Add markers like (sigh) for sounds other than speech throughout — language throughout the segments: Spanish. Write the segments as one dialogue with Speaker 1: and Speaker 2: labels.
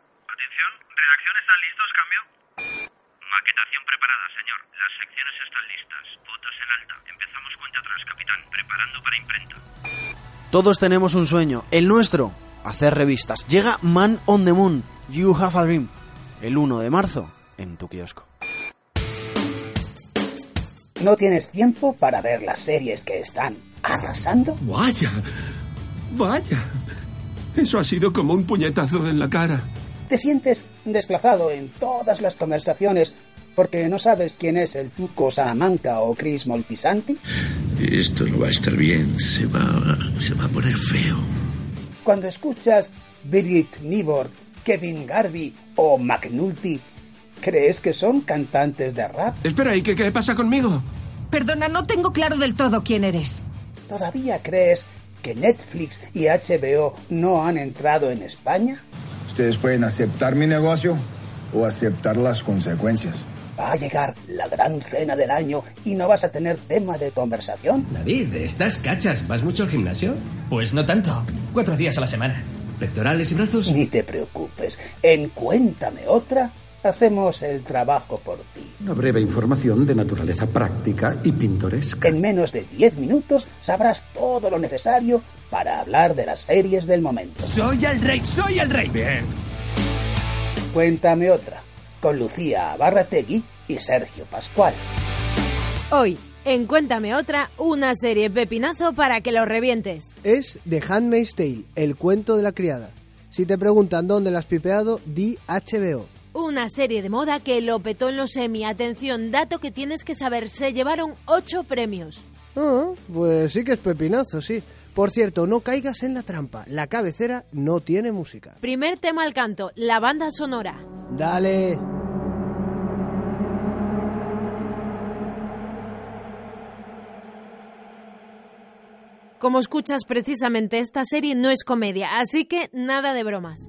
Speaker 1: redacción? ¿Redacción están listos, cambio? Maquetación preparada, señor. Las secciones están listas. Fotos en alta. Empezamos cuenta atrás, capitán. Preparando para imprenta.
Speaker 2: Todos tenemos un sueño, el nuestro, hacer revistas. Llega Man on the Moon, You Have a Dream, el 1 de marzo, en tu kiosco.
Speaker 3: No tienes tiempo para ver las series que están arrasando.
Speaker 4: Vaya, vaya. Eso ha sido como un puñetazo en la cara.
Speaker 3: Te sientes desplazado en todas las conversaciones porque no sabes quién es el Tuco Salamanca o Chris Moltisanti.
Speaker 5: Esto no va a estar bien, se va, se va a poner feo.
Speaker 3: Cuando escuchas Birgit Nibor, Kevin Garvey o McNulty, ¿crees que son cantantes de rap?
Speaker 4: Espera, ¿y qué, qué pasa conmigo?
Speaker 6: Perdona, no tengo claro del todo quién eres.
Speaker 3: ¿Todavía crees que Netflix y HBO no han entrado en España?
Speaker 7: Ustedes pueden aceptar mi negocio o aceptar las consecuencias.
Speaker 3: Va a llegar la gran cena del año y no vas a tener tema de conversación.
Speaker 8: David, estás cachas. ¿Vas mucho al gimnasio? Pues no tanto. Cuatro días a la semana. ¿Pectorales y brazos?
Speaker 3: Ni te preocupes. En Cuéntame otra, hacemos el trabajo por ti.
Speaker 9: Una breve información de naturaleza práctica y pintoresca.
Speaker 3: En menos de 10 minutos sabrás todo lo necesario para hablar de las series del momento.
Speaker 8: ¡Soy el rey! ¡Soy el rey! Bien.
Speaker 3: Cuéntame otra, con Lucía Abarrategui y Sergio Pascual.
Speaker 10: Hoy, en Cuéntame otra, una serie pepinazo para que lo revientes.
Speaker 11: Es The Handmaid's Tale, el cuento de la criada. Si te preguntan dónde la has pipeado, di HBO.
Speaker 10: Una serie de moda que lo petó en los Emmy. Atención, dato que tienes que saber, se llevaron 8 premios.
Speaker 11: Ah, pues sí que es pepinazo, sí. Por cierto, no caigas en la trampa. La cabecera no tiene música.
Speaker 10: Primer tema al canto, la banda sonora.
Speaker 11: Dale.
Speaker 10: Como escuchas precisamente, esta serie no es comedia, así que nada de bromas.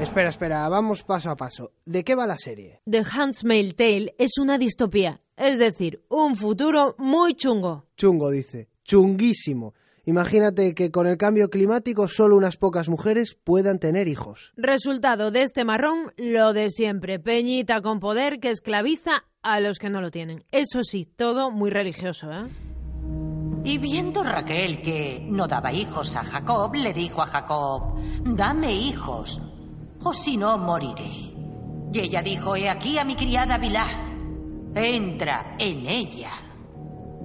Speaker 11: Espera, espera, vamos paso a paso. ¿De qué va la serie?
Speaker 10: The Handmaid's Tale es una distopía, es decir, un futuro muy chungo.
Speaker 11: Chungo, dice. Chunguísimo. Imagínate que con el cambio climático solo unas pocas mujeres puedan tener hijos.
Speaker 10: Resultado de este marrón, lo de siempre, peñita con poder que esclaviza a los que no lo tienen. Eso sí, todo muy religioso, ¿eh?
Speaker 12: Y viendo Raquel que no daba hijos a Jacob, le dijo a Jacob, dame hijos, o si no, moriré. Y ella dijo, he aquí a mi criada Vilá, entra en ella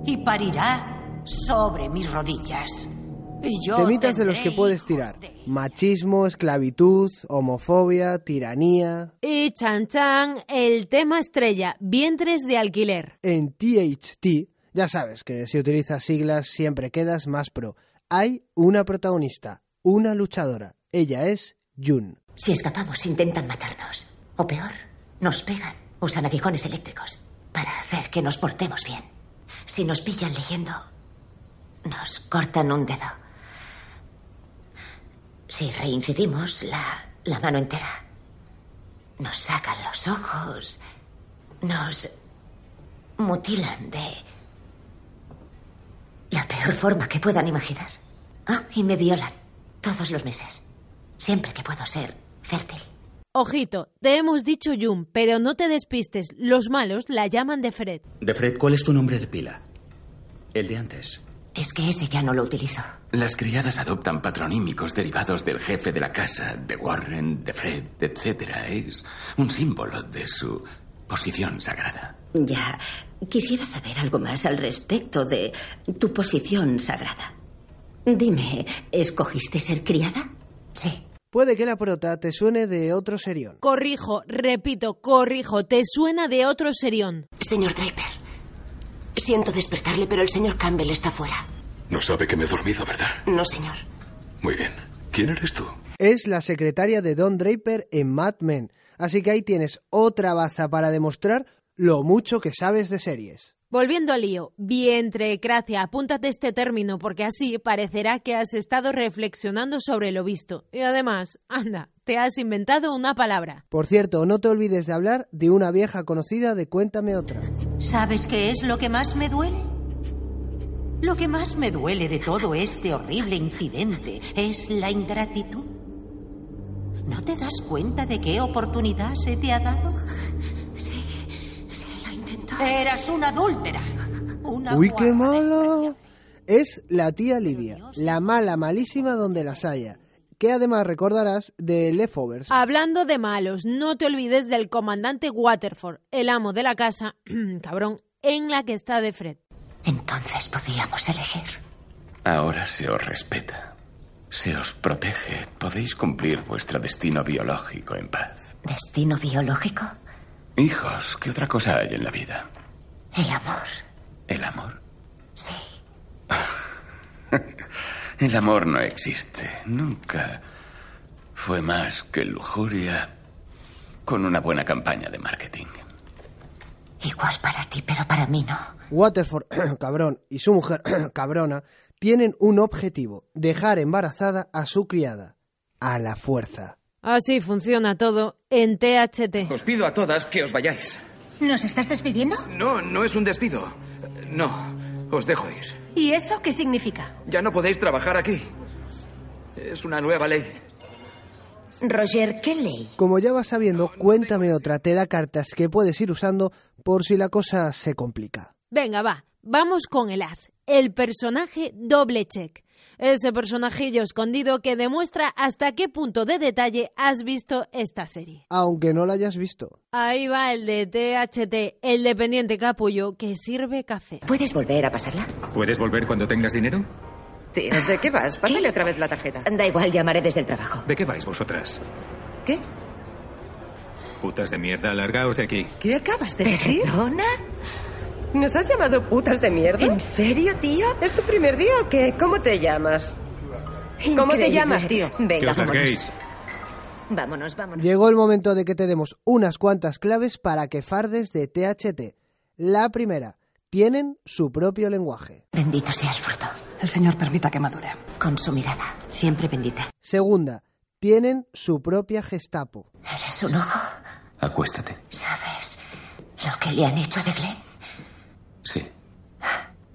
Speaker 12: y parirá sobre mis rodillas. Y yo
Speaker 11: Temitas de
Speaker 12: tendré
Speaker 11: los que puedes
Speaker 12: hijos
Speaker 11: tirar.
Speaker 12: de ella.
Speaker 11: Machismo, esclavitud, homofobia, tiranía.
Speaker 10: Y chan chan, el tema estrella, vientres de alquiler.
Speaker 11: En THT, ya sabes que si utilizas siglas siempre quedas más pro. Hay una protagonista, una luchadora. Ella es Jun.
Speaker 13: Si escapamos, intentan matarnos. O peor, nos pegan. Usan aguijones eléctricos para hacer que nos portemos bien. Si nos pillan leyendo, nos cortan un dedo. Si reincidimos, la, la mano entera. Nos sacan los ojos. Nos mutilan de la peor forma que puedan imaginar. Ah, y me violan todos los meses. Siempre que puedo ser fértil.
Speaker 10: Ojito, te hemos dicho Jun, pero no te despistes, los malos la llaman de Fred.
Speaker 8: De Fred, ¿cuál es tu nombre de pila? El de antes.
Speaker 13: Es que ese ya no lo utilizo.
Speaker 5: Las criadas adoptan patronímicos derivados del jefe de la casa, de Warren, de Fred, etc. Es un símbolo de su posición sagrada.
Speaker 13: Ya, quisiera saber algo más al respecto de tu posición sagrada. Dime, ¿escogiste ser criada? Sí.
Speaker 11: Puede que la prota te suene de otro serión.
Speaker 10: Corrijo, repito, corrijo, te suena de otro serión.
Speaker 13: Señor Draper, siento despertarle, pero el señor Campbell está fuera.
Speaker 14: No sabe que me he dormido, ¿verdad?
Speaker 13: No, señor.
Speaker 14: Muy bien. ¿Quién eres tú?
Speaker 11: Es la secretaria de Don Draper en Mad Men. Así que ahí tienes otra baza para demostrar lo mucho que sabes de series.
Speaker 10: Volviendo al lío, vientrecracia, apúntate este término porque así parecerá que has estado reflexionando sobre lo visto. Y además, anda, te has inventado una palabra.
Speaker 11: Por cierto, no te olvides de hablar de una vieja conocida de Cuéntame otra.
Speaker 12: ¿Sabes qué es lo que más me duele? Lo que más me duele de todo este horrible incidente es la ingratitud. ¿No te das cuenta de qué oportunidad se te ha dado? Sí, sí, lo intentó. Eras una adúltera. Una
Speaker 11: Uy, qué malo. Es la tía Lidia, la mala, malísima donde las haya, que además recordarás de Leftovers.
Speaker 10: Ah. Hablando de malos, no te olvides del comandante Waterford, el amo de la casa, (clears throat) cabrón, en la que está de Fred.
Speaker 13: Entonces podíamos elegir.
Speaker 5: Ahora se os respeta. Se os protege. Podéis cumplir vuestro destino biológico en paz.
Speaker 13: ¿Destino biológico?
Speaker 5: Hijos, ¿qué otra cosa hay en la vida?
Speaker 13: El amor.
Speaker 5: ¿El amor?
Speaker 13: Sí.
Speaker 5: (laughs) El amor no existe. Nunca fue más que lujuria con una buena campaña de marketing.
Speaker 13: Igual para ti, pero para mí no.
Speaker 11: Waterford, (coughs) cabrón, y su mujer, (coughs) cabrona, tienen un objetivo, dejar embarazada a su criada, a la fuerza.
Speaker 10: Así funciona todo en THT.
Speaker 15: Os pido a todas que os vayáis.
Speaker 16: ¿Nos estás despidiendo?
Speaker 15: No, no es un despido. No, os dejo ir.
Speaker 16: ¿Y eso qué significa?
Speaker 15: Ya no podéis trabajar aquí. Es una nueva ley.
Speaker 16: Roger, ¿qué ley?
Speaker 11: Como ya vas sabiendo, cuéntame otra, te da cartas que puedes ir usando por si la cosa se complica.
Speaker 10: Venga, va, vamos con el as, el personaje doble check. Ese personajillo escondido que demuestra hasta qué punto de detalle has visto esta serie.
Speaker 11: Aunque no la hayas visto.
Speaker 10: Ahí va el de THT, el dependiente capullo que sirve café.
Speaker 13: ¿Puedes volver a pasarla?
Speaker 15: ¿Puedes volver cuando tengas dinero?
Speaker 17: Sí, ¿de qué vas? Pásale otra vez la tarjeta.
Speaker 13: Da igual, llamaré desde el trabajo.
Speaker 15: ¿De qué vais vosotras?
Speaker 17: ¿Qué?
Speaker 15: Putas de mierda, largaos de aquí.
Speaker 17: ¿Qué acabas de decir? ¿Perdona? ¿Nos has llamado putas de mierda? ¿En serio, tío? ¿Es tu primer día o qué? ¿Cómo te llamas? ¿Cómo te
Speaker 13: Increíble.
Speaker 17: llamas, tío?
Speaker 13: Venga,
Speaker 15: que os
Speaker 13: vámonos.
Speaker 15: larguéis.
Speaker 13: Vámonos, vámonos.
Speaker 11: Llegó el momento de que te demos unas cuantas claves para que fardes de THT. La primera, tienen su propio lenguaje.
Speaker 13: Bendito sea el fruto.
Speaker 17: El Señor permita que madure.
Speaker 13: Con su mirada, siempre bendita.
Speaker 11: Segunda, tienen su propia Gestapo.
Speaker 13: Eres un ojo.
Speaker 5: Acuéstate.
Speaker 13: ¿Sabes lo que le han hecho a De Glenn?
Speaker 5: Sí.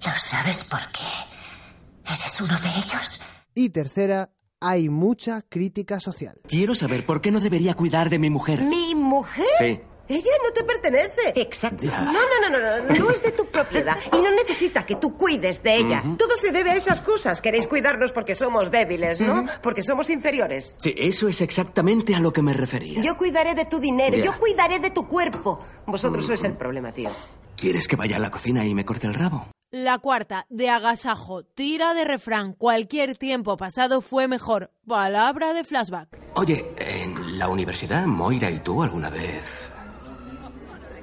Speaker 13: ¿Lo sabes por qué? ¿Eres uno de ellos?
Speaker 11: Y tercera, hay mucha crítica social.
Speaker 18: Quiero saber por qué no debería cuidar de mi mujer.
Speaker 17: ¿Mi mujer?
Speaker 18: Sí.
Speaker 17: Ella no te pertenece. Exacto.
Speaker 18: Ya.
Speaker 17: No, no, no, no, no. No es de tu propiedad y no necesita que tú cuides de ella.
Speaker 18: Ujú.
Speaker 17: Todo se debe a esas cosas. Queréis cuidarnos porque somos débiles, ¿no?
Speaker 18: Ujú.
Speaker 17: Porque somos inferiores.
Speaker 18: Sí, eso es exactamente a lo que me refería.
Speaker 17: Yo cuidaré de tu dinero,
Speaker 18: Ya.
Speaker 17: yo cuidaré de tu cuerpo. Vosotros sois el problema, tío.
Speaker 18: ¿Quieres que vaya a la cocina y me corte el rabo?
Speaker 10: La cuarta, de agasajo, tira de refrán, cualquier tiempo pasado fue mejor. Palabra de flashback.
Speaker 18: Oye, en la universidad, Moira y tú alguna vez.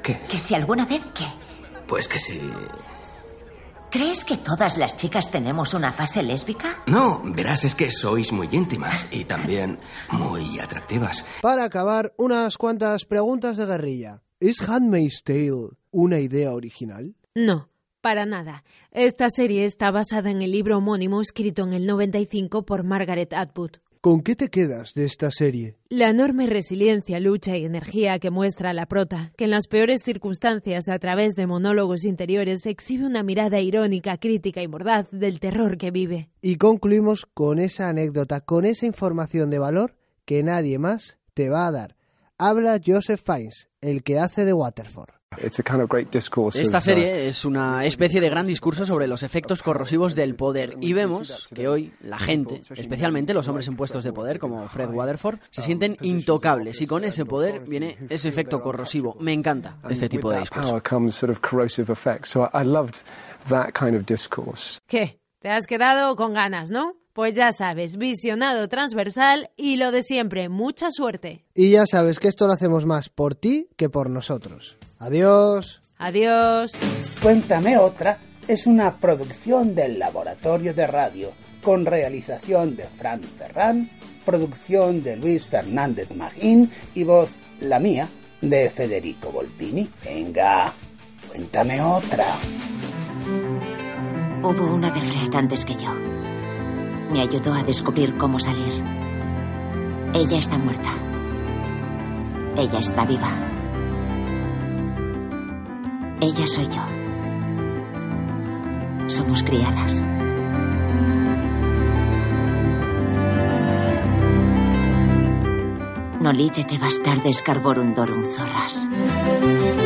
Speaker 13: ¿Que si alguna vez qué?
Speaker 18: Pues que sí.
Speaker 13: ¿Crees que todas las chicas tenemos una fase lésbica?
Speaker 18: No, verás, es que sois muy íntimas y también muy atractivas.
Speaker 11: Para acabar, unas cuantas preguntas de guerrilla. ¿Es Handmaid's Tale una idea original?
Speaker 10: No, para nada. Esta serie está basada en el libro homónimo escrito en el 95 por Margaret Atwood.
Speaker 11: ¿Con qué te quedas de esta serie?
Speaker 10: La enorme resiliencia, lucha y energía que muestra la prota, que en las peores circunstancias, a través de monólogos interiores, exhibe una mirada irónica, crítica y mordaz del terror que vive.
Speaker 11: Y concluimos con esa anécdota, con esa información de valor que nadie más te va a dar. Habla Joseph Fiennes, el que hace de Waterford.
Speaker 18: Pues
Speaker 2: Esta
Speaker 18: uh,
Speaker 2: serie es una especie de gran discurso sobre los efectos corrosivos del poder y vemos que hoy la gente, especialmente los hombres en puestos de poder como Fred Waterford, se sienten intocables y con ese poder viene ese efecto corrosivo. Me encanta este tipo de discurso.
Speaker 10: ¿Qué? ¿Te has quedado con ganas, no? Pues ya sabes, visionado transversal y lo de siempre, mucha suerte.
Speaker 11: Y ya sabes que esto lo hacemos más por ti que por nosotros. Adiós.
Speaker 10: Adiós.
Speaker 3: Cuéntame otra es una producción del Laboratorio de Radio con realización de Fran Ferran, producción de Luis Fernández Magín y voz la mía de Federico Volpini. Venga, cuéntame otra.
Speaker 13: Hubo una de Fred antes que yo. Me ayudó a descubrir cómo salir. Ella está muerta. Ella está viva. Ella soy yo. Somos criadas. Nolite te bastardes carborum dorum zorras.